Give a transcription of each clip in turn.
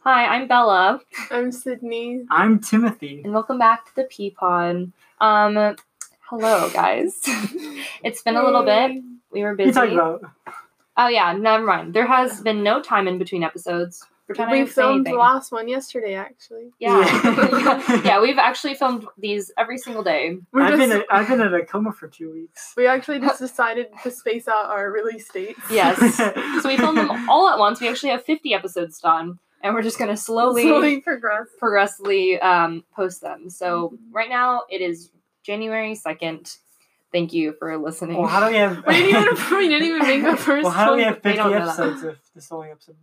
Hi, I'm Bella, I'm Sydney. I'm Timothy. and welcome back to the Pea Pod. Um, hello, guys. it's been a little bit. We were What are you busy. talking about? oh yeah, never mind. There has been no time in between episodes. Pretend I We didn't say filmed the anything. last one yesterday, actually. Yeah. Yeah. yeah, we've actually filmed these every single day. We're I've just, been a, I've been in a coma for two weeks. we actually just decided to space out our release dates. Yes. so we filmed them all at once. We actually have 50 episodes done, and we're just going to slowly, Slowly progress. progressively um, post them. So right now it is January 2nd. Thank you for listening. Well, how do we have? We didn't even, we didn't even make the first well, how do we one. have They fifty don't know that. episodes if this is only episode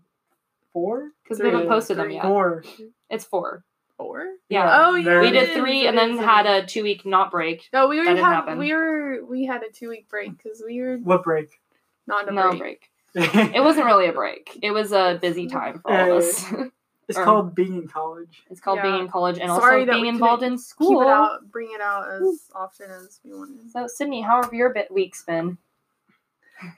four? Because we haven't Three. posted them Three. yet. Four. It's four. Four? Yeah. Oh, yeah. Very- we did it three is, and it then is, it had is. a two week not break. No, we already didn't had happen. we were we had a two week break because we were What break? not a No break. break. Mm-hmm. It wasn't really a break. It was a busy time for all of us. it's or- called being in college. it's called being Yeah. in college and Sorry also that being we involved in school. Keep it out, bring it out as often as we wanted. So Sydney, how have your bit weeks been?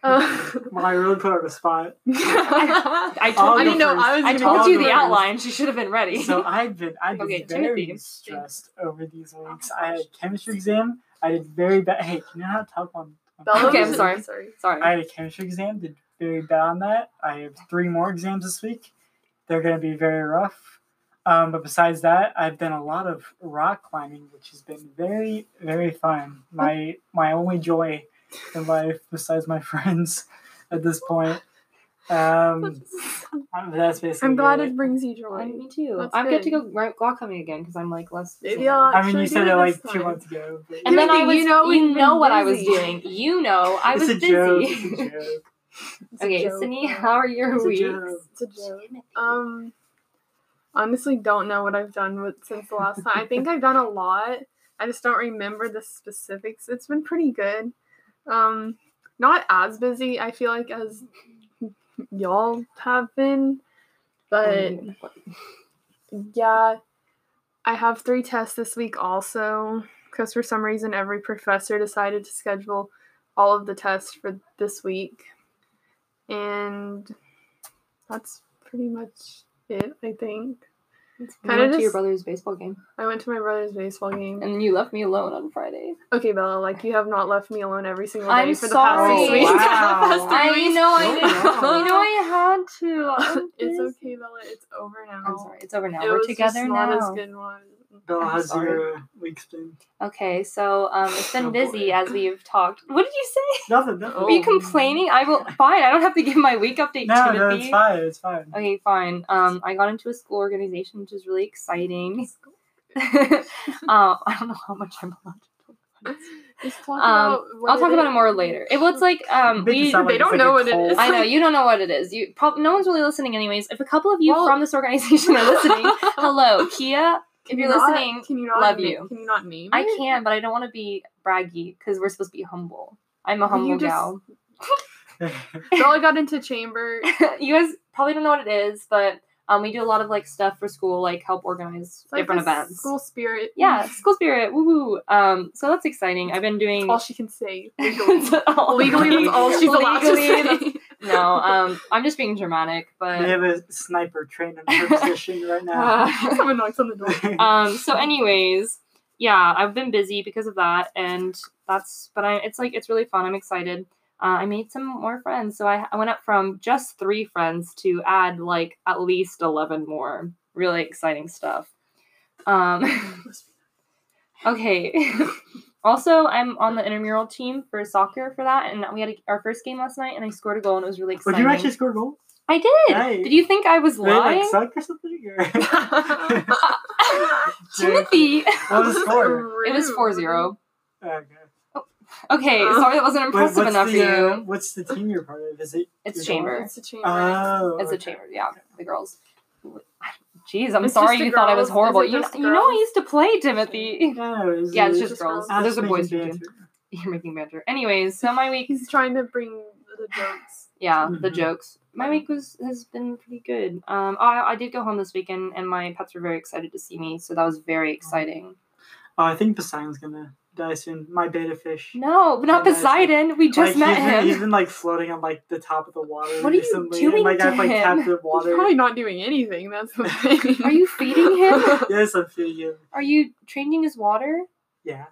Well, I really put her on the spot. I I told I'll you go mean, no, first. I was I gonna told go you the first. outline. She should have been ready. So I've been I've been Okay, very Timothy. stressed over these weeks. I had a chemistry exam. I did very bad. Hey, can you not tell one? Bella Okay, I'm was- sorry. Sorry. Sorry. I had a chemistry exam, did very bad on that. I have three more exams this week. They're going to be very rough. Um, but besides that, I've done a lot of rock climbing, which has been very, very fun. My my only joy in life, besides my friends, at this point. Um, that's basically. I'm glad it. it brings you I- joy. me too. That's I'm good to go good. right, guacamole again because I'm like less. Maybe busy now. I'll- I mean, Actually, you said do it it like this two time. months ago. but- And then I was. Timothy, You you know, know we've been what I was busy. doing. You know, I was it's a busy. joke. It's a joke. It's a okay, joke. Sydney, how are your It's a weeks? joke. It's a joke. Um, honestly, don't know what I've done with since the last time. I think I've done a lot. I just don't remember the specifics. It's been pretty good. Um, not as busy. I feel like as y'all have been, but Um, yeah, I have three tests this week also because for some reason every professor decided to schedule all of the tests for this week, and that's pretty much it. I think it's kinda kind of to your just- brother's baseball game, I went to my brother's baseball game. and you left me alone on Friday. Okay, Bella, like you have not left me alone every single day I'm for the sorry. past six weeks. Wow. Past three I weeks. know I Oh, did. wow. You know I had to. I'm it's busy. okay, Bella. It's over now. I'm sorry. It's over now. It We're was just together not now. as good one. Bill, I'm how's sorry. your uh, weeks been? Okay, so um, it's been Oh, boy. busy as we've talked. What did you say? Nothing. nothing. Oh. Are you complaining? I will. Fine. I don't have to give my week update. No, Timothy. no, it's fine. It's fine. Okay, fine. Um, I got into a school organization, which is really exciting. um, I don't know how much I'm allowed to talk Just talk about. Um, about what I'll talk is. about it more later. It was like um, Make it we. sound They like don't it's like a know what it cult. is. I know you don't know what it is. You prob- no one's really listening, anyways. If a couple of you Well- from this organization are listening, hello, Kia. If Can you're you not- listening, can you not love name- you. Can you not name? I it? can, but I don't want to be braggy because we're supposed to be humble. I'm a You humble just- gal. Bella got into chamber. It's you guys probably don't know what it is, but um, we do a lot of like stuff for school, like help organize like different the events. School spirit. yeah, school spirit, woo woo. Um, so that's exciting. I've been doing All she can say. Legally, That's all- legally that's all she's allowed to Legally, that's- say. No, um, I'm just being dramatic, we but have a sniper trained in her position right now. uh, Someone knocks on the door. um. So, anyways, yeah, I've been busy because of that, and that's. But I, it's like it's really fun. I'm excited. Uh, I made some more friends, so I, I went up from just three friends to add like at least eleven more. Really exciting stuff. Um. Okay. also, I'm on the intramural team for soccer for that, and we had a, our first game last night, and I scored a goal, and it was really Would exciting. you actually score a goal? I did. Nice. Did you think I was Did they like lying, suck or something? Or... Timothy? What was the score? it was 4-0. Okay. Okay, Uh, sorry that wasn't Wait, impressive what's enough for the, you. Uh, what's the team you're part of? Is it? it's your chamber. It's a chamber. Oh. It's a okay. chamber. Yeah, the girls. Jeez, I'm It's sorry just you the thought I was girls? Is horrible. it You, just you know I girls? used to play, Timothy. Yeah, it was, Yeah, it's uh, just just girls. girls. I was There's a making boys' team. banter. You're making banter. Anyways, so my week He's trying to bring the jokes. yeah, the Mhm. jokes. My Fun. week was has been pretty good. Um, I, I did go home this weekend, and my pets were very excited to see me, so that was very exciting. Oh, I think Poseidon's gonna Dyson, my beta fish. No, but not Yeah, that's- Poseidon. We just like, met he's been, him. He's been like floating on like the top of the water. What are you recently, doing And, like to I've like him? captured He's water. probably not doing anything. That's the thing. Are you feeding him? Yes, I feel you. Are you changing his water? Yeah,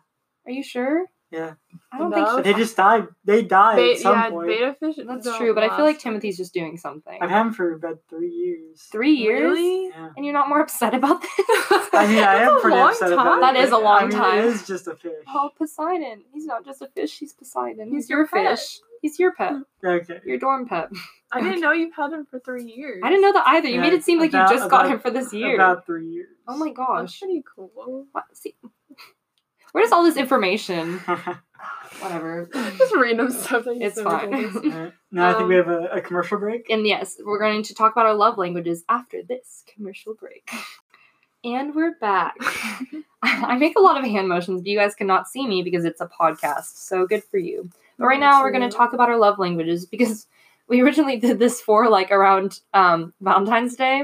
Are you sure? yeah. I don't No. think They just died. They died Be- at some yeah, point. beta fish. he, that's don't true, but I feel like last. Timothy's just doing something. I've had him for about three years. Three years? Really? Yeah. And you're not more upset about this? I mean, I That's am a pretty long upset time. about That it. is a but, long I mean, time. It is just a fish. oh, Poseidon. He's not just a fish, he's Poseidon. He's He's your your pet. Hmm. fish. He's your pet. Okay. Your dorm pet. I didn't know you've had him for three years. I didn't know that either. You Yeah, made it seem like about- you just got about- him for this year. About three years. oh my That's gosh. pretty cool. What? See, where does all this information? god. Whatever. Just random stuff. That you It's said. fine. now I think we Um, have a, a commercial break. And yes, we're going to talk about our love languages after this commercial break. And we're back. I make a lot of hand motions, but you guys cannot see me because it's a podcast. So good for you. But right now, we're going to True. talk about our love languages because we originally did this for like around um, Valentine's Day,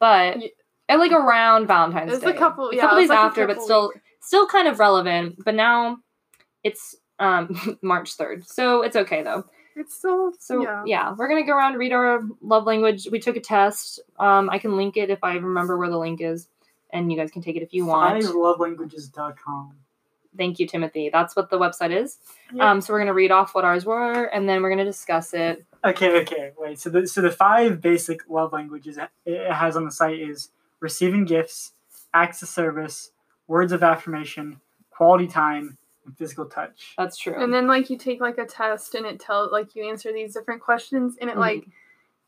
but Ye- and, like around Valentine's It's Day. a couple- a yeah, couple it was days like a after, but couple still, still kind of relevant. But now, it's um, March third, so it's okay though. It's so So yeah. yeah. we're gonna go around and read our love language. We took a test. Um, I can link it if I remember where the link is, and you guys can take it if you want. FiveLoveLanguages.com. Thank you, Timothy. That's what the website is. Yep. Um, so we're gonna read off what ours were, and then we're gonna discuss it. Okay, okay, wait. So the so the five basic love languages it- it has on the site is receiving gifts, acts of service, words of affirmation, quality time, and physical touch. That's true. And then like you take like a test and it tells like you answer these different questions and it Mhm. like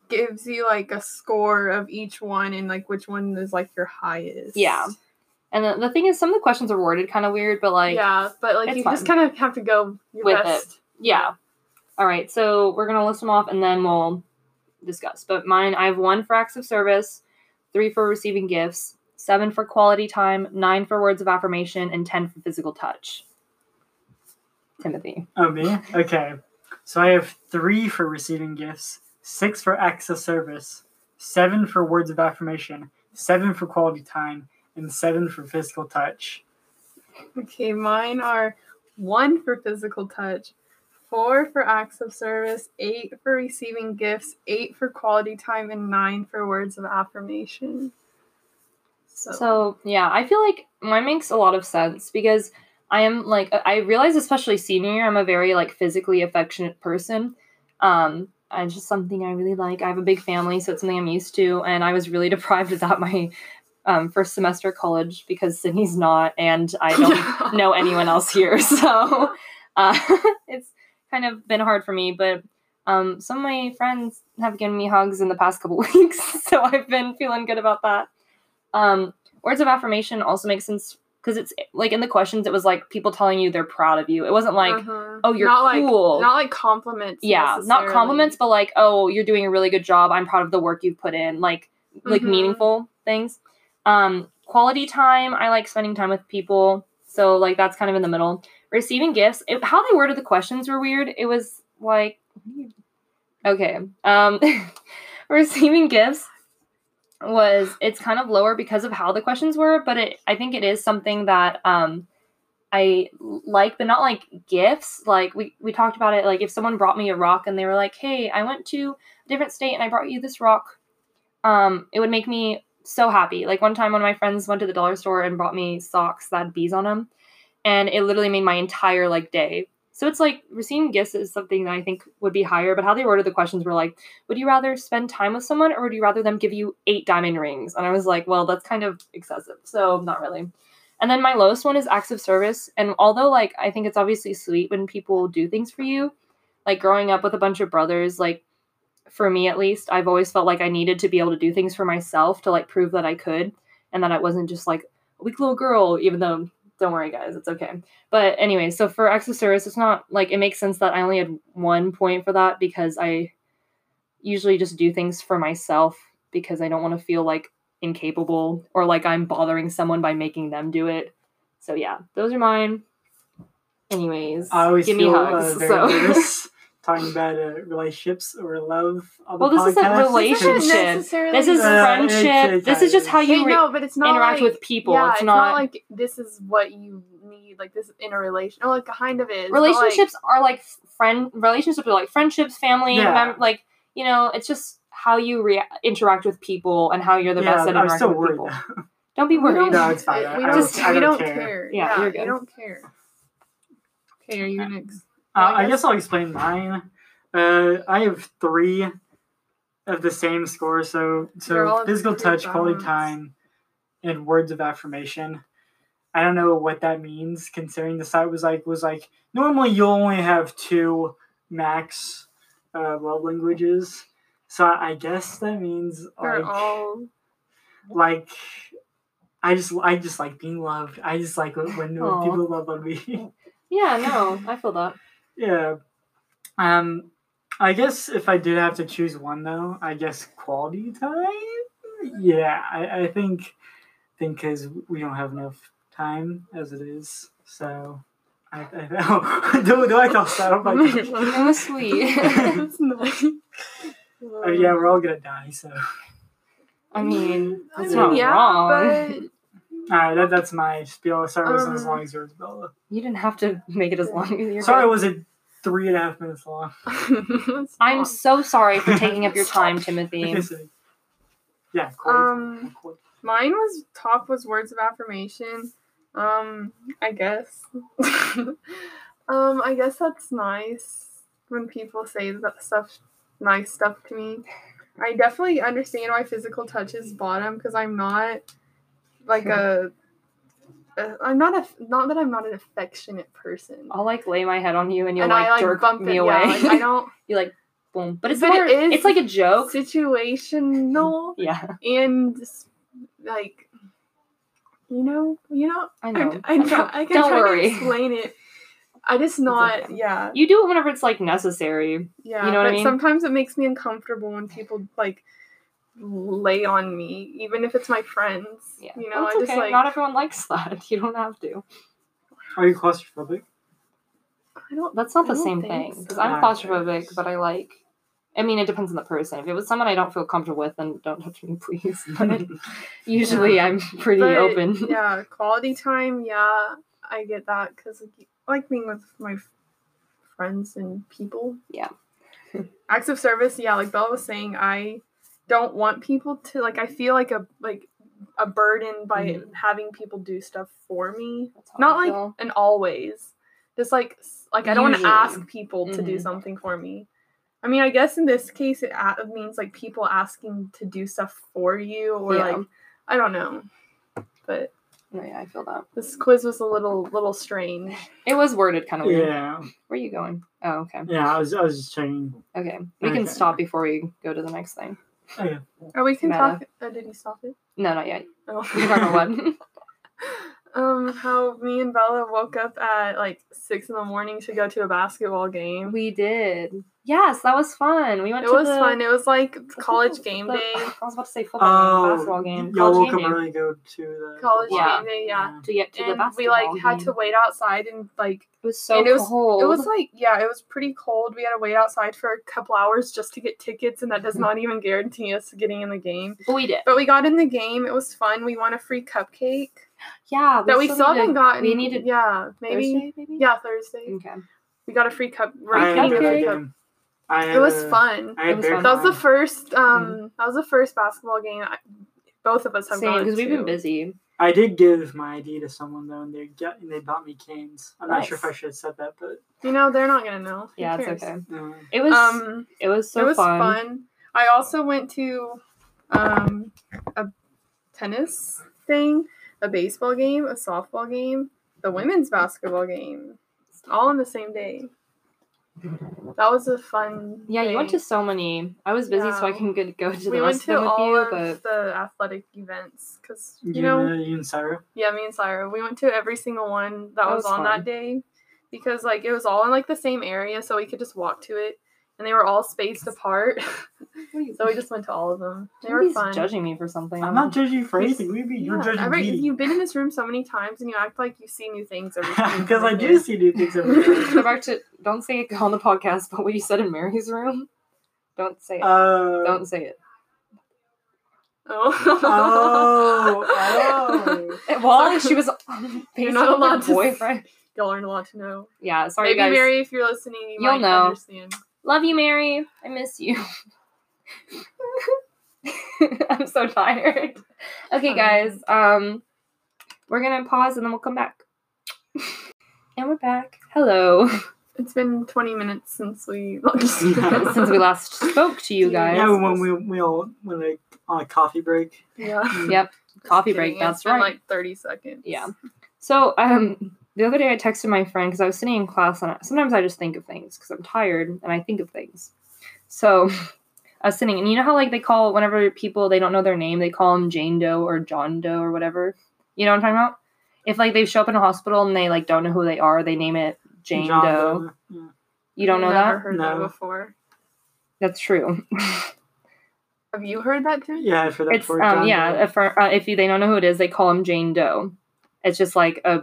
gives you like a score of each one and like which one is like your highest. Yeah. and the, the thing is, some of the questions are worded kind of weird, but like, yeah. yeah, but like it's you just fun. kind of have to go your With it. best. All right, so we're gonna list them off, and then we'll discuss. But mine, I have one for acts of service, three for receiving gifts, seven for quality time, nine for words of affirmation, and ten for physical touch. Timothy. Oh me? Okay. So I have three for receiving gifts, six for acts of service, seven for words of affirmation, seven for quality time, and seven for physical touch. Okay, mine are one for physical touch, four for acts of service, eight for receiving gifts, eight for quality time, and nine for words of affirmation. So, So yeah, I feel like mine makes a lot of sense because I am like I realize especially senior year I'm a very like physically affectionate person. Um and it's just something I really like. I have a big family, so it's something I'm used to. And I was really deprived of that my um, first semester of college because Sydney's not, and I don't know anyone else here. So uh, it's kind of been hard for me. But um, some of my friends have given me hugs in the past couple weeks, so I've been feeling good about that. Um, words of affirmation also makes sense because it's like in the questions, it was like people telling you they're proud of you. It wasn't like, Mhm. oh, you're not cool. Like, not like compliments. yeah, not necessarily. compliments, but like, oh, you're doing a really good job. I'm proud of the work you've put in. Like, like Mhm. meaningful things. Um, quality time. I like spending time with people, so like that's kind of in the middle. Receiving gifts. It, how they worded the questions were weird. It was like, okay, um, receiving gifts was it's kind of lower because of how the questions were, but it, I think it is something that um. I like, but not like gifts. Like we, we talked about it. Like if someone brought me a rock and they were like, "Hey, I went to a different state and I brought you this rock um, it would make me so happy. Like one time, one of my friends went to the dollar store and bought me socks that had bees on them, and it literally made my entire like day. So it's like receiving gifts is something that I think would be higher, but how they worded the questions were like, would you rather spend time with someone or would you rather them give you eight diamond rings? And I was like, well, that's kind of excessive. So not really. And then my lowest one is acts of service. And although like I think it's obviously sweet when people do things for you, like growing up with a bunch of brothers, like for me at least, I've always felt like I needed to be able to do things for myself to like prove that I could and that I wasn't just like a weak little girl, even though don't worry guys, it's okay. But anyway, so for acts of service, it's not like it makes sense that I only had one point for that because I usually just do things for myself because I don't want to feel like incapable or like I'm bothering someone by making them do it. So yeah, those are mine. Anyways, I always give me feel hugs. uh, very so. nervous talking about uh, relationships or love on the Well, this isn't podcast. This isn't relationship. necessarily This is the- Uh, friendship. it's- This is just how Wait, you re- no, but it's not interact like, with people. Yeah, it's, not, like this is what you need be like this in a relation. Oh, it kind of is. but, like, relationships are like f- friend relationships are like friendships, family, Yeah. mem- like you know, it's just how you rea- interact with people and how you're the best at I'm still interacting with worried. people. Don't be we worried. don't, No, it's fine. We I don't, just- I we don't don't care. care. Yeah, you're good. we don't care. Okay, are you next? Uh, I I guess I'll explain mine. Uh, I have three of the same score, so They're all so of physical your touch, quality bonds. time, and words of affirmation. I don't know what that means, considering the site was like was like normally you'll only have two max uh, love languages. So I guess that means They're like all like I just I just like being loved. I just like when, when Aw. people love on me. Yeah, no, I feel that. Yeah. Um, I guess if I did have to choose one though, I guess quality time. Yeah, I, I think think because we don't have enough time as it is, so. I, I, do, do I feel sad? Oh my gosh. It was sweet. That's nice. Oh, yeah, we're all gonna die, so. I mean, I it's mean, not yeah, wrong. but Alright, that, that's my spiel. Sorry it wasn't as Um, long as yours, Bella. you didn't have to make it as long as you're. Sorry it good. wasn't three and a half minutes long. That's I'm not- so sorry for taking up your time, Timothy. yeah, quality um time. mine was top was words of affirmation. Um I guess. um I guess that's nice when people say that stuff nice stuff to me. I definitely understand why physical touch is bottom because I'm not like a a I'm not a not that I'm not an affectionate person. I'll like lay my head on Oh, you and you'll and like, I like jerk bump me it, away. Yeah, like, I don't you like boom, but it's But more, it is- it's like a joke. situational Yeah, and just, like you know you know I I, know. I, try- I can Don't try worry. to explain it. I just not yeah You do it whenever it's like necessary. yeah. You know what I but mean? sometimes it makes me uncomfortable when people like lay on me, even if it's my friends. Yeah, You know, That's I just okay. like not everyone likes that. You don't have to. Are you claustrophobic? I don't. That's not I the don't same think thing because so. I'm Yeah. claustrophobic, but I like. I mean, it depends on the person. If it was someone I don't feel comfortable with, then don't touch me, please. But usually, I'm pretty But, open. yeah, quality time. Yeah, I get that because like, I like being with my f- friends and people. Yeah. Acts of service. Yeah, like Bella was saying, I don't want people to like. I feel like a like a burden by Mhm. having people do stuff for me. That's how Not I like feel. an always. Just like s- like I don't want to Usually. ask people to do Mhm. something for me. I mean, I guess in this case it a- it means like people asking to do stuff for you or Yeah. like I don't know. But No, Oh, yeah, I feel that. this quiz was a little little strange. It was worded kind of weird. Yeah, Where are you going? Oh, okay. yeah. I was, I was just checking. Okay. We can Okay. stop before we go to the next thing. Okay. Oh, we can Meta. talk. Oh, did he stop it? No, not yet. You Oh. don't know what. um, how me and Bella woke up at like six in the morning to go to a basketball game. We did. Yes, that was fun. We went It to was the, fun. It was like I think college it was game the- day. I was about to say football game, Oh, basketball game. y'all college woke game up day early to go to the College the Yeah. game day, yeah. to get to the And we basketball like had game. to wait outside and like It was so and it was- cold. it was like yeah, it was pretty cold. We had to wait outside for a couple hours just to get tickets, and that Mm-hmm. does not even guarantee us getting in the game. but we did. But we got in the game. It was fun. We won a free cupcake Yeah, that we still need to- haven't gotten. We needed yeah, maybe Thursday, maybe. yeah Thursday. Okay. We got a free cup. I Right, had we a got a cupcake. cup. game. I had It was a- fun. I It had was beer fun. That was the pong. first. Mm. Um, that was the first basketball game. I, both of us have Same gone because we've been to. busy. I did give my ID to someone though, and they got and they bought me canes. I'm not sure if I Nice. should have said that, but You know they're not gonna know. Who Yeah, cares? it's okay. uh, It was Um, it was so it was fun. fun. I also went to, um, a tennis thing, a baseball game, a softball game, the women's basketball game, all on the same day. That was a fun. Yeah, you went day. to so many. I was busy, so I Yeah. couldn't get, go to the we went rest to of them with all you. of But the athletic events because you, you know and, uh, you and Sarah. yeah me and Syra we went to every single one that, That was, was on fun. that day because like it was all in like the same area so we could just walk to it and they were all spaced apart What are you- so we just went to all of them they were Somebody's fun judging me for something. I'm not judging you for You- anything. We be you're Yeah, judging every- me you've been in this room so many times and you act like you see new things every time because I you're do here. see new things every day. Go back to don't say it on the podcast, but what you said in Mary's room, don't say it. Uh, don't say it. Oh. Oh, oh. Well, she was You're based not on allowed her to- boyfriend. Y'all learned a lot to know. Yeah, sorry Maybe guys. Mary, if you're listening, you You'll might know. understand. Love you, Mary. I miss you. I'm so tired. Okay, Um, guys. Um, we're gonna pause and then we'll come back. and we're back. Hello. It's been 20 minutes since we Since we last spoke to you guys. Yeah, when we we all when like on a coffee break. yeah. Yep. Coffee Kidding, break. it's That's been right. Like 30 seconds. Yeah. So um, the other day I texted my friend because I was sitting in class and I, sometimes I just think of things because I'm tired and I think of things. So I was sitting and you know how like they call whenever people they don't know their name they call them Jane Doe or John Doe or whatever. You know what I'm talking about? If like they show up in a hospital and they like don't know who they are, they name it Jane John uh, Doe. Yeah. You don't know Never that? heard No. that before. That's true. Have you heard that too? Yeah, for that it's poor um John Doe. yeah if, uh, if you, they don't know who it is they call them Jane Doe. It's just like a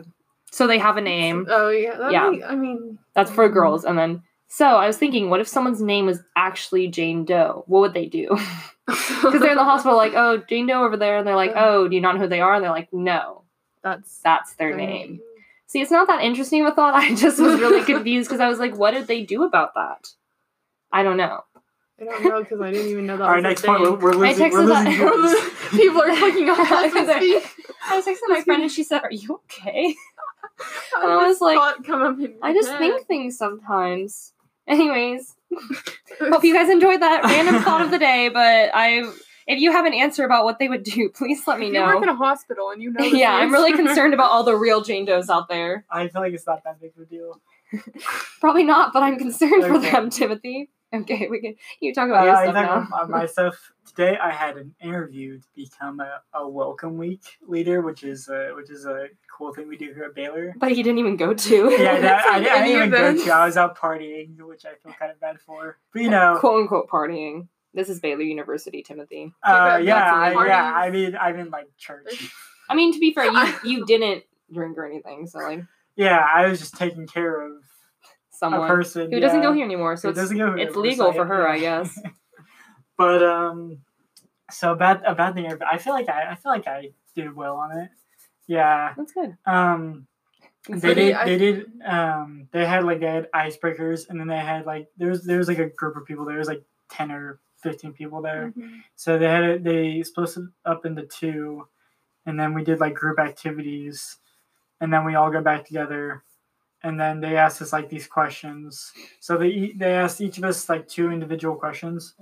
so they have a name. Oh yeah. That Yeah. make- I mean, That's for girls. And then, so I was thinking, what if someone's name was actually Jane Doe? What would they do? Because they're in the hospital, like, oh, Jane Doe over there. And they're like, oh, do you not know who they are? And they're like, no, That's that's their name. See, it's not that interesting of a thought. I just was really confused because I was like, what did they do about that? I don't know. I don't know because I didn't even know that. All right, was a next point. We're, thing. we're losing. We're texted that- losing viewers. People are clicking off as we They're- speak. I was texting my friend and she said, are you okay? How I did was this like- thought come up in your I just head? think things sometimes. Anyways, hope you guys enjoyed that random thought of the day. But I, if you have an answer about what they would do, please let me If know. You work in a hospital and you know. this yeah, I'm really answer. concerned about all the real Jane Does out there. I feel like it's not that big of a deal. Probably not, but I'm concerned for Okay. them, Timothy. Okay, we can you talk Uh, about your I stuff now. talk about my stuff today. I had an interview to become a, a welcome week leader, which is a, which is a cool thing we do here at Baylor. But he didn't even go to Yeah, that, I, I It's like didn't any even go events. to. I was out partying, which I feel kind of bad for. But you know, quote unquote partying. This is Baylor University, Timothy. uh, Like, yeah, that's I, yeah. I parties. mean, I'm in like church. I mean, to be fair, you you didn't drink or anything, so like Yeah, I was just taking care of a someone person who doesn't yeah, go here anymore. So who it's, doesn't go here, it's so legal I- for her, I yeah. guess. But um, so bad a bad thing. I feel like I, I feel like I did well on it. Yeah. That's good. Um, they Pretty- did. I- They did. Um, they had like they had icebreakers, and then they had like there was there was like a group of people. There was like ten or fifteen people there. Mm. So they had it. They split it up into two, and then we did like group activities, and then we all go back together, and then they asked us like these questions. So they ea- they asked each of us like two individual questions.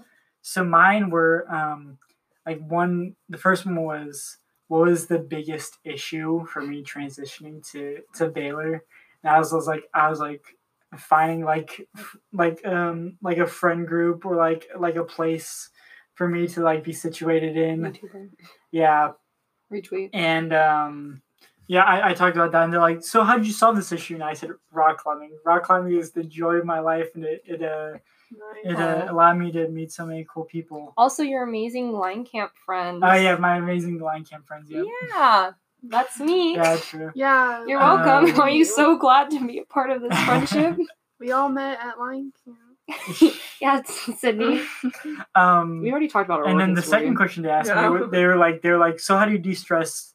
So mine were um, like one. The first one was what was the biggest issue for me transitioning to to Baylor, and I was, was like I was like finding like f- like um like a friend group or like like a place for me to like be situated in yeah Retweet. and um, yeah, I, I talked about that, and they're like, "So how did you solve this issue?" And I said, "Rock climbing. Rock climbing is the joy of my life, and it it uh, it uh, Aw. allowed me to meet so many cool people." Also, your amazing line camp friends. Oh yeah, my amazing line camp friends. Yeah, Yeah, that's me. yeah, true. Yeah. You're Um, welcome. Are you so glad to be a part of this friendship? We all met at Lion Camp. yeah, it's Sydney. Um, We already talked about our and then origin the story. second question they asked Yeah. me, they were, they were like, they were like, "So how do you de stress?"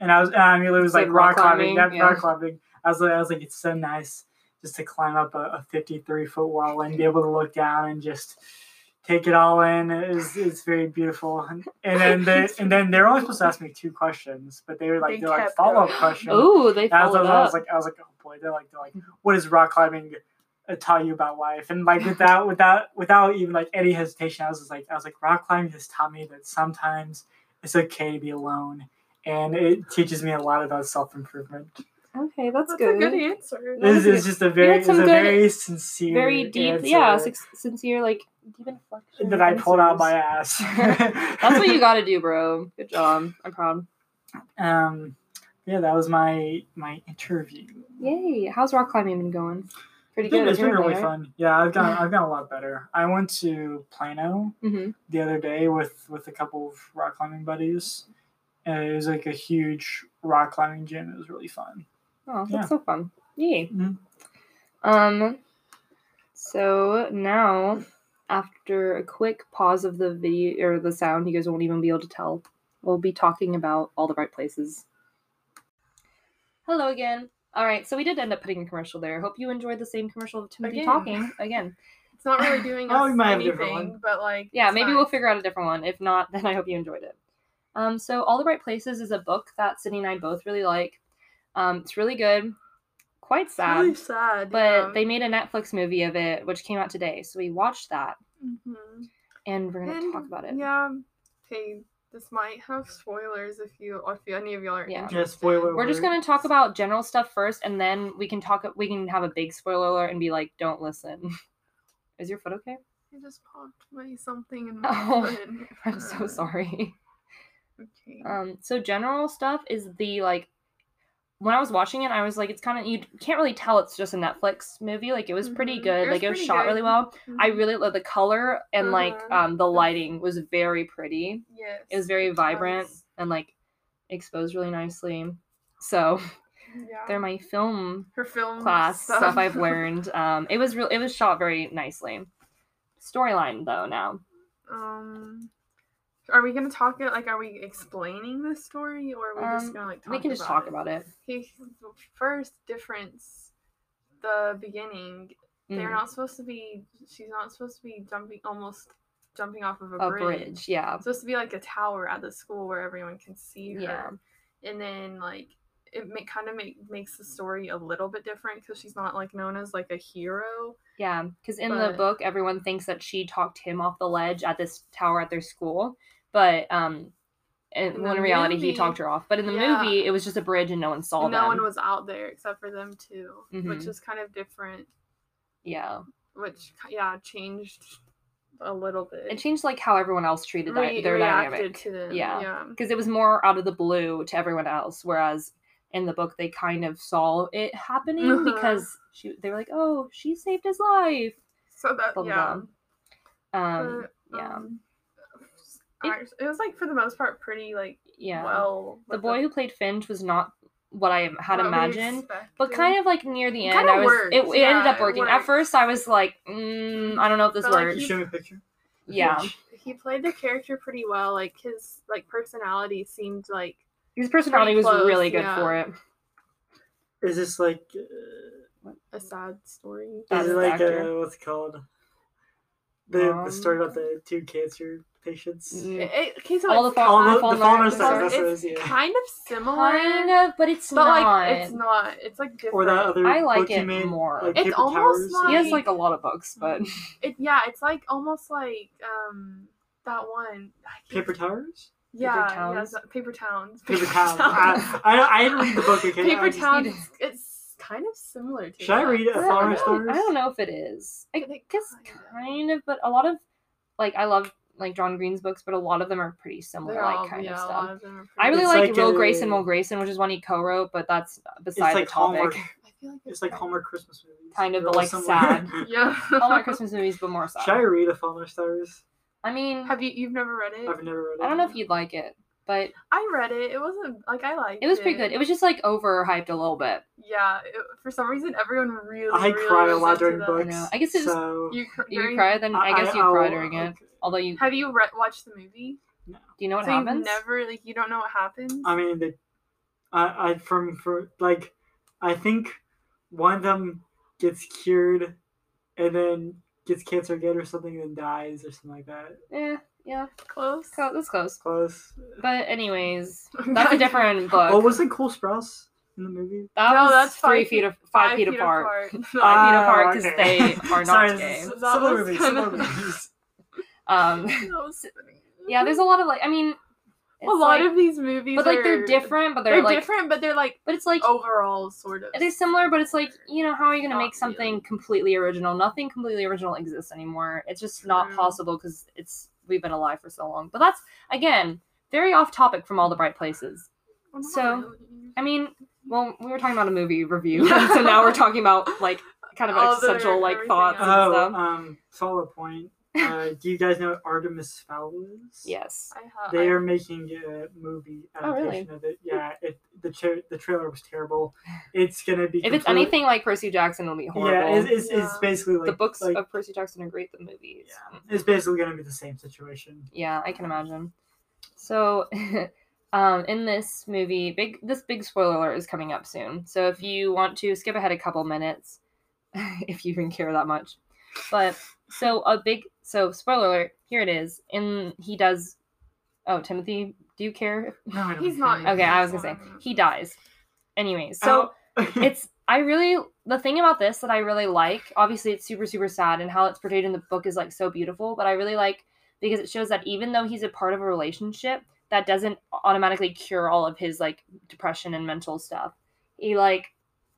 And I was, and I mean, it was It's like like, rock rock climbing, climbing, yeah, yeah. rock climbing. I was like, I was like, it's so nice just to climb up a, a fifty-three foot wall and be able to look down and just take it all in. It's it's very beautiful. And, and then they and then they're only supposed to ask me two questions, but they were like, They they are like kept going. follow-up questions. Oh, they And I was, I, followed was, I was up. Mm-hmm. like, I was like, oh boy, they're like, they're like, what does rock climbing uh, tell you about life? And like without, without, without even like any hesitation, I was just like, I was like, rock climbing has taught me that sometimes it's okay to be alone, and it teaches me a lot about self improvement. okay, that's, That's good. a good answer. That is This is just a very, it's a some good- very sincere, Very deep, answer yeah, six, sincere, like deep inflection. that I pulled answers. out my ass. That's what you got to do, bro. Good job. I'm proud. Um, yeah, that was my my interview. Yay! How's rock climbing been going? Pretty It's been- good. It's been really apparently, right? fun. Yeah, I've gotten I've gotten a lot better. I went to Plano Mhm. the other day with with a couple of rock climbing buddies. And it was like a huge rock climbing gym. It was really fun. Oh, that's Yeah. so fun. Yay. Mm-hmm. Mhm. Um. So now after a quick pause of the video or the sound, you guys won't even be able to tell. We'll be talking about all the right places. Hello again. All right, so we did end up putting a commercial there. Hope you enjoyed the same commercial of Timothy Again. talking again. It's not really doing Oh, us we might have a different anything, one. but like Yeah, it's maybe fine. we'll figure out a different one. If not, then I hope you enjoyed it. Um, so all the right places is a book that Sydney and I both really like. Um, it's really good, quite It's sad, really sad. but yeah. they made a Netflix movie of it, which came out today. So we watched that, Mhm. and we're gonna And, talk about it. Yeah. Hey, this might have spoilers if you if any of y'all are Yeah. interested. Yeah, spoiler We're just alert. gonna talk about general stuff first, and then we can talk. We can have a big spoiler alert and be like, "Don't listen." Is your foot okay? I just popped my something in my Oh. foot. I'm Uh. so sorry. Okay. Um, so general stuff is the like. When I was watching it, I was like, "It's kind of you can't really tell it's just a Netflix movie. Like it was pretty Mhm. good. It was like it was pretty shot good. really well. I Mhm. really love the color and like Uh-huh. um the lighting was very pretty. yes. It was very vibrant was. and like exposed really nicely. So Yeah. they're my film Her film class stuff, I've learned. Um, it was real. It was shot very nicely. Storyline though now. um, are we gonna talk it? Like, are we explaining the story, or are we Um, just gonna like talk we can just talk about it. Okay, first difference, the beginning. They're Mm, not supposed to be. She's not supposed to be jumping, almost jumping off of a, a bridge. bridge. Yeah. It's supposed to be like a tower at the school where everyone can see her. Yeah. And then like it ma- kind of make, makes the story a little bit different because she's not like known as like a hero. Yeah, because in the But- book, everyone thinks that she talked him off the ledge at this tower at their school, but um, and In when the in reality, he movie- talked her off. But in the Yeah. movie, it was just a bridge and no one saw no them. one was out there except for them 2 which Mhm. is kind of different. yeah, Which ki- yeah changed a little bit. it changed like how everyone else treated di- Re- their reacted dynamic. to them. Yeah. yeah. because it was more out of the blue to everyone else whereas in the book they kind of saw it happening Uh-huh. because she they were like oh she saved his life So that Blah, blah, yeah. blah. um But, yeah. um, It- act- it was like for the most part pretty like yeah well. the boy who played finch was not what i had imagined but of. kind of like near the It end kinda i was worked, it, it ended yeah, up it working at worked. first i was like mm, i don't know if this But, like, works Can you he- show me a picture? yeah he played the character pretty well. Like his like personality seemed like his personality was close, really good yeah. for it Is this like? Uh, a sad story. That's is it the like actor. uh, what's it called? The Um, the story about the two cancer patients. Mm. It- it- okay, so all the it's fall, All the- fall the Fault in Our Night- Stars, Stars. that's what it is, it's yeah. kind of similar, kind of but it's but not like it's not. It's like different. Or that other I like book it you made, more. Like It's Paper almost Towers? he like- has like a lot of books but It, yeah, it's like almost like um that one. I can't- Paper Towers. yeah, Towns? yeah, it's- paper towns. Paper Towns. I, I, don't- I didn't read the book. Okay. I paper just- towns. need it's- It's kind of similar to. Should I that. read it? I Yeah, don't, Farmer know. Stars. I don't know if it is. I But it guess kinda- kind of, but a lot of like I love like John Green's books, but a lot of them are pretty similar, They're like all- kind yeah, of a stuff. lot of them are I really pretty- It's like, like Will a- Grayson, Will Grayson, which is one he co-wrote, but that's It's beside like the topic. Hallmark. I feel like It's like Hallmark Christmas movies. Kind of, They're but, all like, similar. sad. Yeah. Hallmark Christmas movies, but more sad. Should I read A Fault in Our Stars? I mean, Have you? You've never read it? I've never read it. I don't know if you'd like it, but I read it. It wasn't like I liked it. it was pretty good. It was just like overhyped a little bit. yeah. It, for some reason, everyone really. I really cry a was lot into during that. I books. know. I guess it just so You, cr- you during- cry, then I, guess you I'll- cry during it. okay. Although you, do Have you re- watched the movie? you know what so you happens? never like you don't know what happens. I mean, they, I, I from for like, I think one of them gets cured, and then gets cancer again or something, and then dies or something like that. Yeah, yeah, Close. clo- that's close. Close. But anyways, that's a different book. Oh, wasn't Cole Sprouse in the movie? That No, was that's three feet, five feet- of, five, feet, apart. Uh, apart. Five feet Ah, apart 'cause okay. they are not Sorry, gay. s- That Similar was movies. kinda- Similar movies. Um, That was funny. yeah, there's a lot of like, I mean, a lot like- of these movies, but like they're are- different, but they're, They're, like, different, but they're like but it's like overall sort of. they're similar, but it's like you know, how are you gonna Not make something really. completely original? Nothing completely original exists anymore. It's just not True. possible because it's we've been alive for so long. But that's again very off topic from all the right places. Well, not so- really. I mean, well, we were talking about a movie review, so now we're talking about like kind of All the- existential like everything thoughts and else. Oh, stuff. um, follow point. Uh, do you guys know what Artemis Fowl is? yes. I have. They are making a movie Oh, really? adaptation of it. Yeah, it, the tra- the trailer was terrible. It's gonna be If it's completely- anything like Percy Jackson, it'll be horrible. Yeah, it's, it's, it's Yeah. basically like the books like, of Percy Jackson are great. The movies. yeah, it's basically gonna be the same situation. Yeah, I can imagine. So, um, in this movie, big this big spoiler alert is coming up soon. So if you want to skip ahead a couple minutes, if you even care that much, but so a big so spoiler alert here it is. In he does. Oh, Timothy, do you care? No, I don't He's not- care. Okay, I was gonna say he dies. Anyway, so Oh. it's I really the thing about this that I really like, obviously it's super super sad and how it's portrayed in the book is like so beautiful, but I really like because it shows that even though he's a part of a relationship, that doesn't automatically cure all of his like depression and mental stuff. He like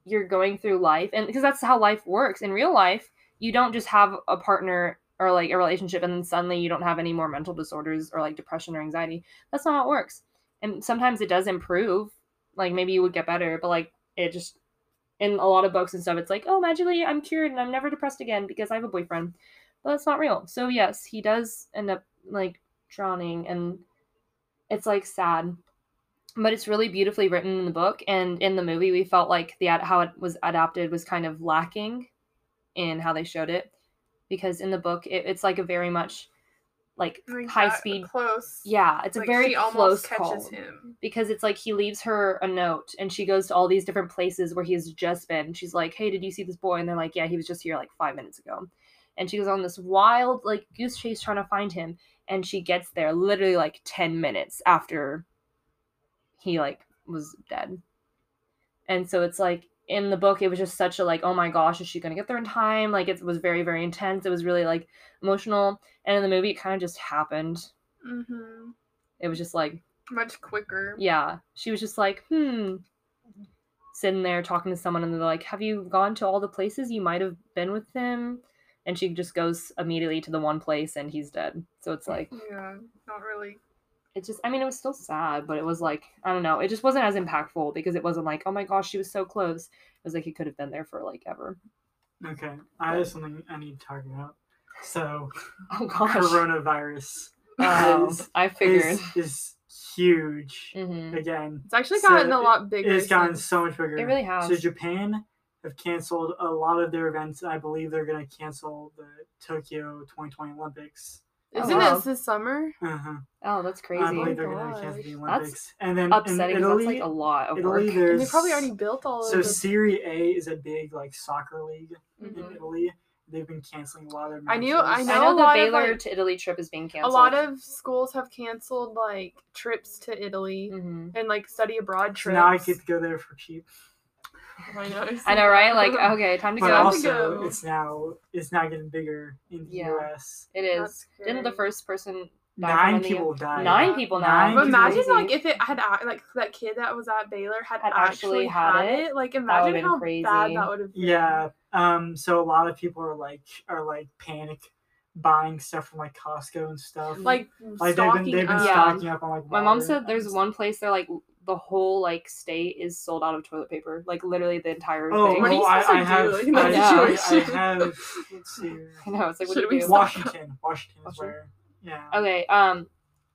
you're going through life and because that's how life works. In real life, you don't just have a partner or like a relationship and then suddenly you don't have any more mental disorders or like depression or anxiety. That's not how it works. And sometimes it does improve. Like maybe you would get better, but like it just in a lot of books and stuff, it's like, oh, magically I'm cured and I'm never depressed again because I have a boyfriend. But that's not real. So yes, he does end up like drowning and it's like sad. But it's really beautifully written in the book and in the movie we felt like the ad- how it was adapted was kind of lacking in how they showed it because in the book it, it's like a very much like Like high that speed Close. yeah it's Like, a very she close almost catches call him. because it's like he leaves her a note and she goes to all these different places where he's just been. She's like, Hey, did you see this boy? And they're like, Yeah, he was just here like five minutes ago. And she goes on this wild, like, goose chase trying to find him. And she gets there literally like 10 minutes after he, like, was dead. And so it's like in the book, it was just such a, like, oh my gosh, is she going to get there in time? Like, it was very, very intense. It was really, like, emotional. And in the movie, it kind of just happened. hmm It was just like, Much quicker. yeah. She was just like, hmm. Sitting there talking to someone, and they're like, Have you gone to all the places you might have been with him? And she just goes immediately to the one place and he's dead. So it's like, Yeah. Not really. it just, I mean, it was still sad, but it was like, I don't know. It just wasn't as impactful because it wasn't like, Oh my gosh, she was so close. It was like, he could have been there for like ever. Okay, I have something I need to talk about. So, Oh gosh. coronavirus Wow. is- I figured. is, is huge hmm again. It's actually So gotten a it- lot bigger. It's gotten since- so much bigger. It really has. So Japan have canceled a lot of their events. I believe they're going to cancel the Tokyo 2020 Olympics. Oh, Isn't wow. it this summer? Uh-huh. Oh, that's I crazy. believe Oh they're my going to cancel the gosh. That's Olympics. and then Upsetting. in 'cause Italy, That's like a lot of Italy work. And there's they probably already built all so of this. Serie A is a big like soccer league in Mm-hmm. Mhm. Italy. They've been canceling a lot of their I matches. knew- I I know a know the lot of, Baylor like- to Italy trip is being A canceled. lot of schools have canceled like trips to Italy Mhm. and like study abroad So trips. now I get to go there for cheap. I know. I've I seen know, right? that. Like, okay, time to But go. Time to also, go. it's now it's now getting bigger in the Yeah. U.S. it That's is. Didn't the scary. first person? Die from Nine India. people died. nine yeah. people now. Nine But Thank you, imagine Crazy. like if it had act- like that kid that was at Baylor had, Had actually, had, it. Like would've imagine been how crazy. bad that would have been. Yeah. Um. So a lot of people are like are like panic buying stuff from like Costco and stuff. Like, like they've been stocking they've been up. Yeah. stocking up on like. um, my mom water said there's and- one place they're like the whole like state is sold out of toilet paper. Like literally the entire Oh, thing. What do oh, you I, supposed to I have. do in that I, I- situation? I have. Let's see. here. I know. It's like what Should do we you do? stop? Washington. Washington is Washington? where. Yeah. Okay. Um,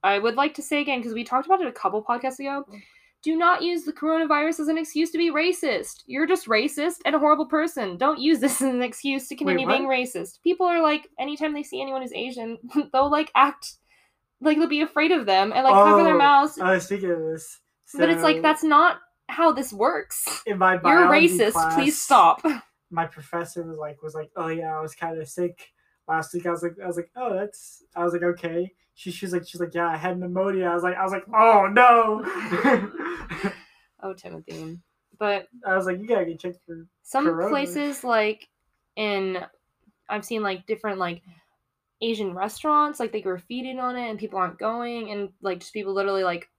I would like to say again because we talked about it a couple podcasts ago. Mm. Do not use the coronavirus as an excuse to be racist. You're just racist and a horrible person. Don't use this as an excuse to continue what? being racist. People are like, anytime they see anyone who's Asian, they'll like act like they'll be afraid of them and like cover their Oh, mouths. Oh, speaking of this. but it's so like that's not how this works. In my You're biology racist. Please class, stop. my professor was like was like, Oh yeah, I was kinda sick last week. I was like I was like, Oh that's I was like, okay. She she was like she's like, Yeah, I had pneumonia. I was like I was like, Oh no Oh, Timothy. But I was like, You gotta get checked for some Corona. places like in i've seen like different like asian restaurants like they graffitied on it and people aren't going and like just people literally like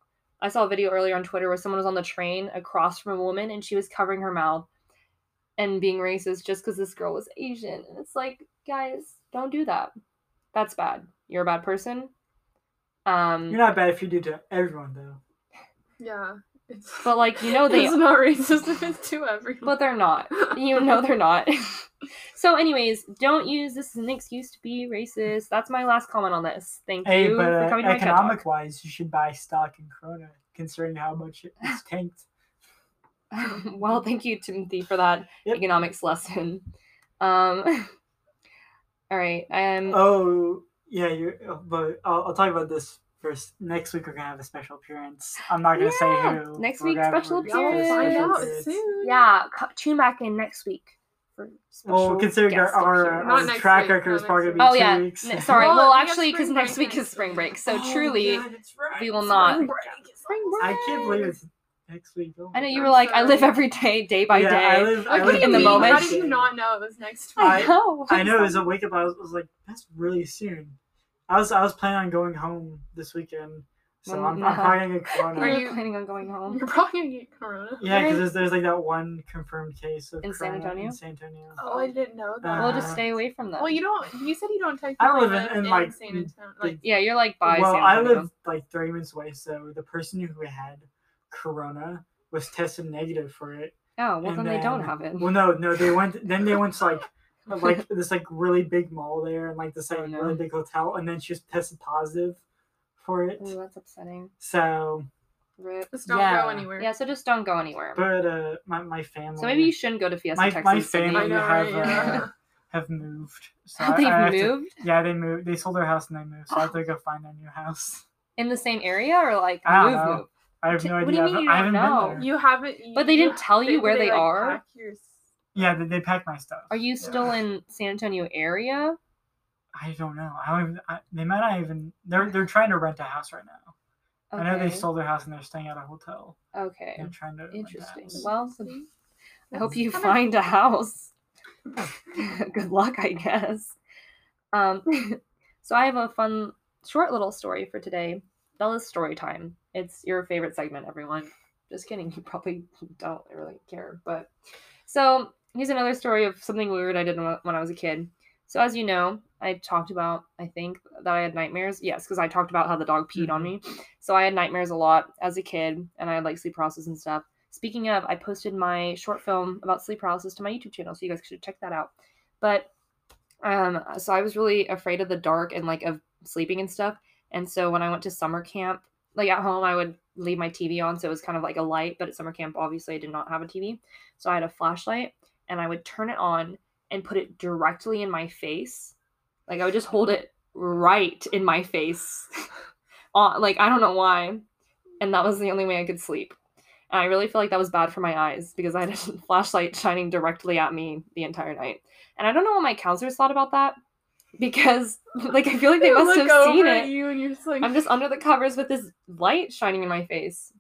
i saw a video earlier on twitter where someone was on the train across from a woman and she was covering her mouth and being racist just because this girl was asian and it's like guys don't do that that's bad you're a bad person um Mm. You're not bad if you do to everyone though. Yeah. It's, But, like, you know they- It's not racist if it's to everyone. but they're not you know they're not. so, anyways, don't use this as an excuse to be racist. That's my last comment on this. Thank Hey, you but for uh, coming to my TED economic Talk. wise you should buy stock in Corona considering how much it's tanked. well, thank you, Timothy, for that Yep. economics lesson. Um, all right. Um, Oh, yeah, you. But I'll, I'll talk about this first. Next week we're gonna have a special appearance. I'm not gonna say Yeah, who. next we're week's gonna- special we're Y'all gonna will have a find special out appearance. soon. yeah, co- tune back in next week for Well, special considering our, guest our, appearance. Not our next track week, record is not probably next gonna Oh be two yeah. uh, weeks. n- sorry. Well, Well, we have actually, because spring next break week is next spring week. break, so Oh, truly, God, it's right. we will Spring not. break is Spring almost I here. can't believe it's next week. Oh I know my you God. were like, I live every day, day by yeah, day. I live, I Like, what live do you the mean? moment. How did you not know it was next week? I I- know. I know it was a wake up. I was, was like, that's really soon. I was I was planning on going home this weekend, so Well, I'm, no. I'm probably gonna get corona. Are Are you you- planning on going home? You're probably gonna get corona. Yeah, because there's, there's like that one confirmed case of In San corona Antonio? In San Antonio. Oh, I didn't know that. We'll Well, just stay away from them. Well, you don't. You said you don't technically Uh, I live in- in, in like, San Antonio. Like, yeah, you're like by well, San I Antonio. live like 30 minutes away, so the person who had corona was tested negative for it. Oh well, and then, they don't then- have it. Well, no, no, they went. Then they went to like like this like really big mall there, and like this like Oh, no. really big hotel, and then she was tested positive for it. Ooh, that's upsetting. So, Rip. just don't Yeah. go anywhere. Yeah, so just don't go anywhere. but uh, my my family. So maybe you shouldn't go to Fiesta My- Texas. my Sydney. I family- know, right? You Yeah. have, have moved. So Oh, I- They've I have to- moved yeah, they moved. They sold their house and they moved, so I have to go find their new house. in the same area, or like I don't move, know. move. I have T- no what do idea. you I mean haven't- you I don't haven't know? been there. You haven't. But they you- didn't tell you do where they like, are? pack your s- Yeah, they, they packed my stuff. Are you Yeah. still in San Antonio area? I don't know. I don't. Even, I, they might not even. They're they're trying to rent a house right now. Okay. I know they sold their house and they're staying at a hotel. Okay. They're trying to. rent a Interesting. house. Well, See? I hope That's you kinda- find a house. Good luck, I guess. Um, so I have a fun, short little story for today. Bella's story time. It's your favorite segment, everyone. Just kidding. You probably don't really care, but so here's another story of something weird I did when when I was a kid. So as you know, I talked about I think that I had nightmares. Yes, because I talked about how the dog peed on me. So I had nightmares a lot as a kid, and I had like sleep paralysis and stuff. Speaking of, I posted my short film about sleep paralysis to my YouTube channel, so you guys should check that out. But um, so I was really afraid of the dark and like of sleeping and stuff. And so when I went to summer camp, like at home, I would leave my TV on, so it was kind of like a light. But at summer camp, obviously, I did not have a TV, so I had a flashlight, and I would turn it on and put it directly in my face. Like I would just hold it right in my face. on like I don't know why. And that was the only way I could sleep. And I really feel like that was bad for my eyes because I had a flashlight shining directly at me the entire night. And I don't know what my counselors thought about that because like I feel like they must look have over seen at it. You and you're just like, I'm just under the covers with this light shining in my face.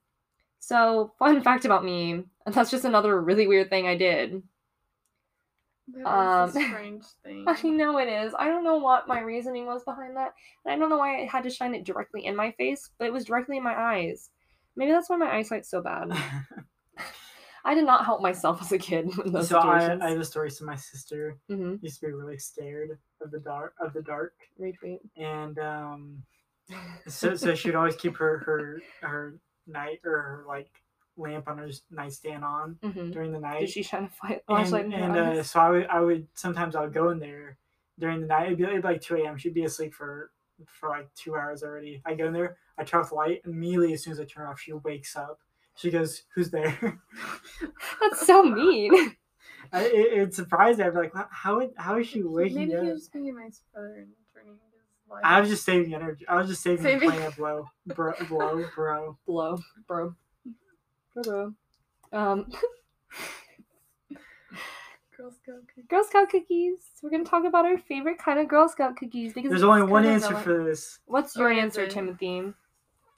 So, fun fact about me, and that's just another really weird thing I did. That is um, a strange thing. I know it is. I don't know what my reasoning was behind that. And I don't know why I had to shine it directly in my face, but it was directly in my eyes. Maybe that's why my eyesight's so bad. I did not help myself as a kid in those so I, situations. I have a story. So my sister mm-hmm. used to be really scared of the dark of the dark, Retweet. and um, so so she'd always keep her her her night or her like lamp on her s- nightstand on hmm during the night. Did she shine a fi- and flashlight in and, her uh, eyes? so I would I would sometimes I would go in there during the night. It'd be, it'd be like two a.m. She'd be asleep for for like two hours already. I go in there. I turn off the light immediately. As soon as I turn it off, she wakes up. She goes, "Who's there?" That's so mean. I, it, it surprised me. I'd be like, "Wha- "How would- how is she waking Maybe up?" he was just being a nice brother and turning his life. I was just saving energy. I was just saving, Saving- playing a blow, bro, blow, bro. Blow, bro. Bro, bro. Um, Girls go okay. Girl Scout cookies. We're gonna talk about our favorite kind of Girl Scout cookies because There's it's only one kinda answer relevant. for this. What's What your is answer, it? Timothy?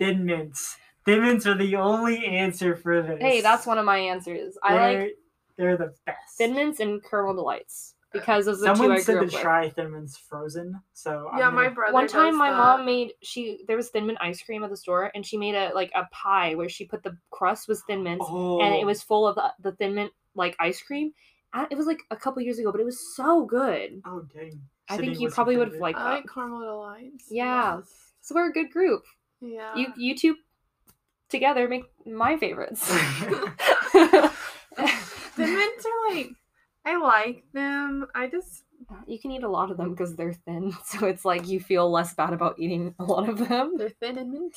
Thin mints. Thin mints are the only answer for this. Hey, that's one of my answers. I like They're the best. Thin Mints and Caramel Delights because those are the two Someone I said grew to up with. try Thin Mints frozen, so Yeah, I'm my gonna- brother. One time, does my that. mom made she there was Thin Mint ice cream at the store, and she made a like a pie where she put the crust was Thin Mints, oh, and it was full of the, the Thin Mint like ice cream. I, it was like a couple years ago, but it was so good. Oh dang! I Sydney, think you what's your probably would have favorite? liked I that. like caramel delights. Yeah. Yes. So we're a good group. Yeah. You you two together make my favorites. the mints are like, I like them. I just You can eat a lot of them because they're thin, so it's like you feel less bad about eating a lot of them. they're thin and mint.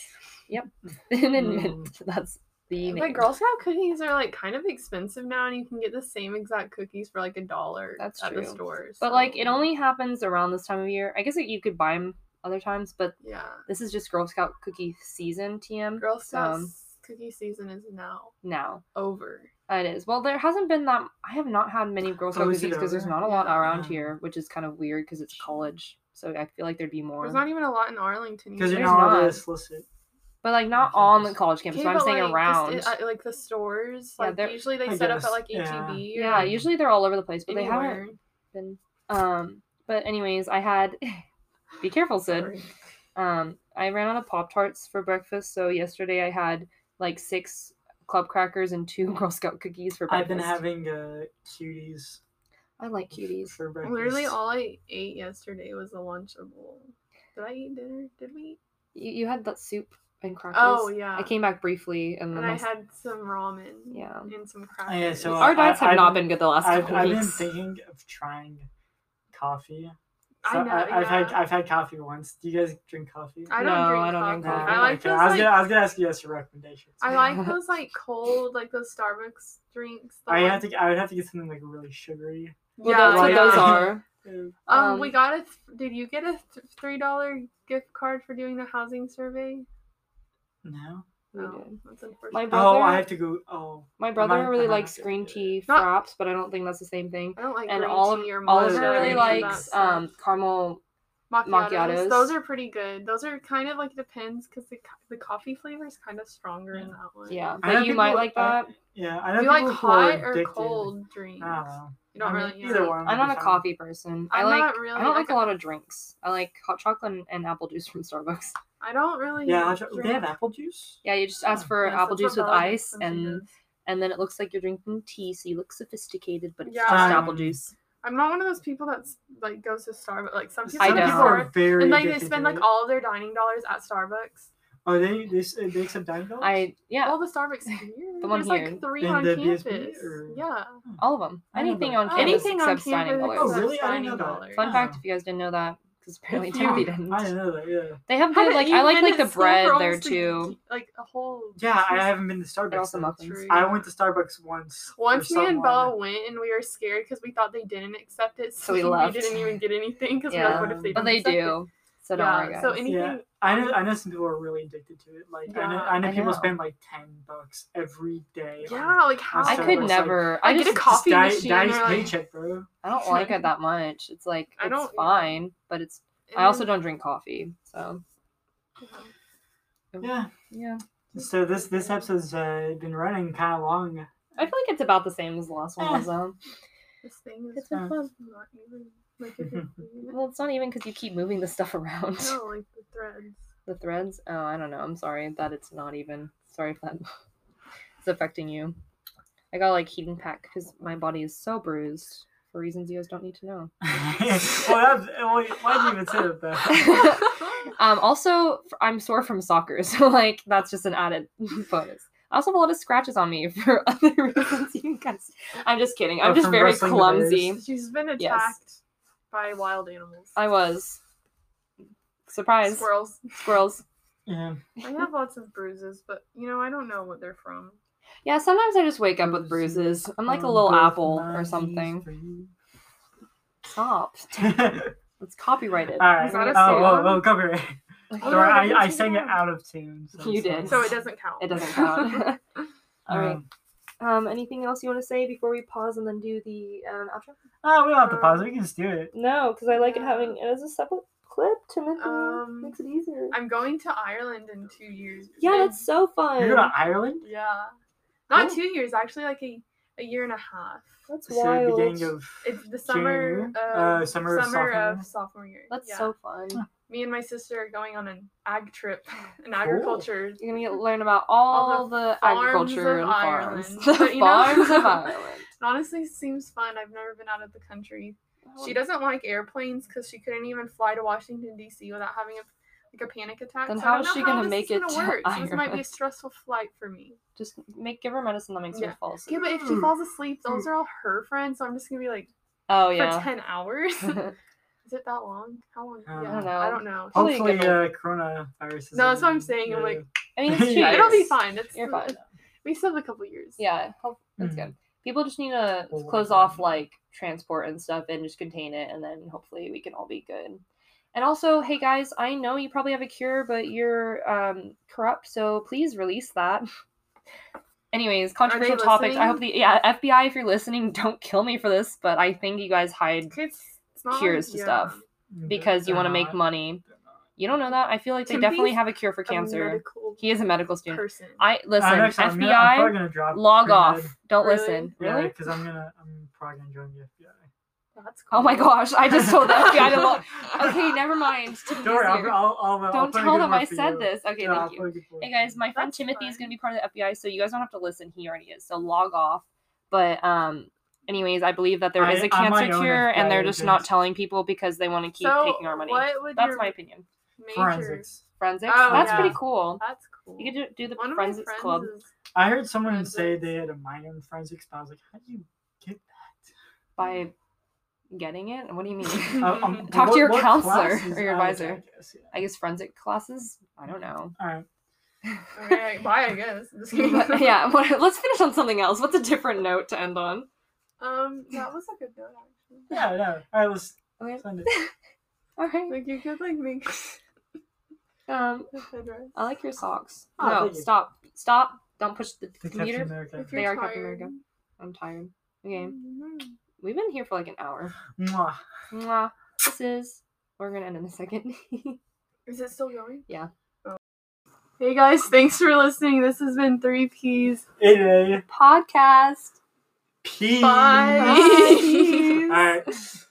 Thin and mint. Mm. That's the But Girl Scout cookies are like kind of expensive now, and you can get the same exact cookies for like a dollar That's at true. the stores. But like it only happens around this time of year. I guess like, you could buy them other times, but yeah, this is just Girl Scout cookie season TM Girl Scout Um, cookie season is now now. Uh, over. It is. Well, there hasn't been that. I have not had many Girl Scout Oh, cookies is it because there's over? not a lot Yeah. around here, which is kind of weird because it's college. So I feel like there'd be more. There's not even a lot in Arlington. Because either. you're There's not allowed not. to solicit. but like not Okay. on the college campus. Okay, but I'm but, saying like, just around. i- uh, like the stores, Yeah, like they're- usually they I set up guess, at like yeah. HEB. or yeah, usually they're all over the place, but they haven't anywhere. been. Um, but anyways, I had. be careful, Sid. Sorry. Um, I ran out of Pop Tarts for breakfast, so yesterday I had like six club crackers and two Girl Scout cookies for breakfast. I've been having uh, cuties I like cuties. for breakfast. Literally, all I ate yesterday was a Lunchable. Did I eat dinner? Did we? eat? You, you had that soup and crackers. Oh yeah. I came back briefly, and then and I my- had some ramen. Yeah. And some crackers. Oh, Yeah, so our I- diets have I've- not been good the last I've, couple I've been weeks. thinking of trying coffee. I So I know, have had yeah. I've had coffee once. Do you guys drink coffee? I don't No, drink I don't coffee. drink coffee. I like okay. those I was, like gonna, I was gonna ask you guys for recommendations. I like those like cold like those Starbucks drinks. the I ones- have to. I would have to get something like really sugary. Well, yeah, that's what yeah. those are. Uh, Um, Um, we got a. Th- did you get a th- three dollar gift card for doing the housing survey? no. We Oh, did. that's unfortunate. My brother, Oh, I have to go. Oh, my brother might- I really might likes have to green do tea Not- fraps, but I don't think that's the same thing. I don't like and green all of- tea or All Oliver of matcha or really any of that likes stuff. um caramel. macchiatos. macchiatos. Those are pretty good. Those are kind of like depends because the co- the coffee flavor is kind of stronger in that one. Yeah, I but know you people- might like I- that. Yeah, I know Do you people like who are hot or addicted. cold drinks? I don't know. You don't I mean, really. yeah. either one. I'm would not be a fine. coffee person. I I'm like. not really. I don't like a a- lot of drinks. I like hot chocolate and, and apple juice from Starbucks. I don't really. Yeah, I'll try- drink- they have apple juice. Yeah, you just ask Oh, for Yes, apple that's what juice with Bella ice, Gibson and does. and then it looks like you're drinking tea, so you look sophisticated, but it's Yeah. just apple Um, juice. I'm not one of those people that's like goes to Starbucks. Like some people, I go to don't. people are Starbucks, very and like they addicted to spend like it. all of their dining dollars at Starbucks. Oh, they they s- they accept dining dollars. I yeah, All the Starbucks here. The one There's here. like three In on the campus. BSB or- Yeah. all of them. I know, Anything but- on Oh. campus Anything on exceps dining campus dollars. Oh, really? I didn't Dining know that. dollars. Fun Yeah. fact, if you guys didn't know that, because apparently If Tabby you- didn't. I didn't know that. Yeah. They have good, Haven't like you I like been like at the school for bread there almost a too. ye- Like a whole. Yeah, I year? haven't been to They're Starbucks. also though. muffins. True. I went to Starbucks once. for Once me and someone. Bella went and we were scared because we thought they didn't accept it, So we we left. didn't even get anything because Yeah. we were like, what if they? But don't they accept it? do. So don't yeah. worry, guys. So anything. Yeah. I know. I know some people are really addicted to it. Like I know. Yeah, I know I people know. spend like ten bucks every day. on Yeah. Like how? I so could it's like- never. I I get a just coffee just diet, machine diet's or, like- paycheck, bro. I don't like it that much. It's like I it's don't- yeah. fine, but it's. I also don't drink coffee, so Yeah. yeah. So this this episode's uh, been running kind of long. I feel like it's about the same as the last one Ah. Eh. was though. This thing is It's fun. not even like if you clean it- Well, it's not even because you keep moving the stuff around. no, like the threads. The threads. Oh, I don't know. I'm sorry that it's not even. Sorry if that is affecting you. I got like heating pack because my body is so bruised for reasons you guys don't need to know. well, that's, well, why did you even say that though? um, also, f- I'm sore from soccer, so like that's just an added bonus. I also have a lot of scratches on me for other reasons. You guys, I'm just kidding. I'm Oh, just from very wrestling the bears. clumsy. She's been attacked by wild animals. I was surprised. Squirrels. Squirrels. Yeah. I have lots of bruises, but you know I don't know what they're from. Yeah, sometimes I just wake up with bruises. I'm Oh, Um, like a little apple or something. Stop. It's copyrighted. All right. Is that a Oh, whoa, song? whoa, Oh, come here. Oh, Sorry, I didn't I, I see sang it that. out of tune. I'm You sorry. did. So it doesn't count. It doesn't count. All right. Um, Um, anything else you want to say before we pause and then do the um, outro? Oh, we don't have Uh, to pause. it. We can just do it. No, because I like it Yeah. having it as a separate clip. Timothy Um, makes it easier. I'm going to Ireland in two years. yeah, And- that's so fun. You're uh, going to Ireland? yeah. Not Oh. two years, actually, like a, a year and a half. That's So the wild. beginning of. It's the summer of June? Uh, summer of sophomore year? of sophomore year. that's yeah. so fun. me and my sister are going on an ag trip, an agriculture You're gonna get learn about all, All the, farms agriculture of and farms, Ireland. the But you know- farms of Ireland. It honestly seems fun. I've never been out of the country. Oh, She Um, doesn't like airplanes because she couldn't even fly to Washington D.C. without having a like a panic attack. Then so how I don't is know she how gonna this make is it gonna to work. So this might be a Ireland? stressed flight for me. just make give her medicine that makes her Yeah. fall asleep. Okay, but if she Hmm. falls asleep, those are all her friends. So I'm just gonna be like Oh for yeah. ten hours. I is it that long? How long? I yeah, don't know. I don't know. Probably Hopefully, get uh, coronavirus is. No, that's what I'm over. saying. I'm like, mean, it's two Yeah, years. it'll be fine. It's You're fine. We still have a couple years. Yeah, hope- that's Mhm. good. People just need to We'll work close on off it. like transport and stuff and just contain it, and then hopefully we can all be good. And also, hey guys, I know you probably have a cure, but you're um, corrupt, so please release that. Anyways, controversial topics. I hope the yeah FBI, if you're listening, don't kill me for this, but I think you guys hide It's, it's not like- cures to yeah. stuff Mm-hmm. because you want to make money. You don't know that. I feel like they Uh-huh. Timothy's definitely have a cure for A cancer. medical He is a medical student. person. I listen, I'm actually, Uh, I'm, gonna, I'm FBI, probably gonna drop log Pre-Med. off. Don't Really? listen. Yeah, Really? because I'm gonna, I'm probably gonna join the FBI. That's Oh my cool. gosh, I just told the FBI to look. Okay, never mind. Timothy's Don't worry, I'll, here. I'll, I'll, I'll Don't put in a tell good them word I for said you. this. Okay, Yeah, I'll thank put you. a good word Hey for guys, my friend That's Timothy is fine. going to be part of the FBI, so you guys don't have to listen. He already is. So log off. But um, anyways, I believe that there is I- a I'm my cancer own cure, and they're FBI just not agent. telling people because they want to keep so taking our money. What would That's your my opinion. major? Forensics. Forensics. Oh, That's yeah. pretty cool. That's cool. You could do, do the One of my forensics friends club. is- I heard someone say Forensics. they had a minor in forensics, but I was like, how do you Mm-hmm. get by getting it? What do you mean? that? Uh, um, Talk to your counselor class is or your out of advisor. that, I guess, yeah. I guess forensic classes? I don't know. All right. okay, bye. I guess. Just kidding. But, yeah, what, let's finish on something else. What's a different note to end on? Um, that was a good note actually. Yeah, no. All right, let's Okay. send it. All right. Like you could like make Um, the headdress. I like your socks. Oh, no, thank you. stop. Stop. Don't push the The Captain computer. America. If They you're are Captain tired. America. I'm tired. Okay. Mhm. We've been here for like an hour. Mwah. Mwah. This is. We're going to end in a second. Is it still going? Yeah. Oh. Hey guys, thanks for listening. This has been Three Ps. It Podcast. P. Bye. All right.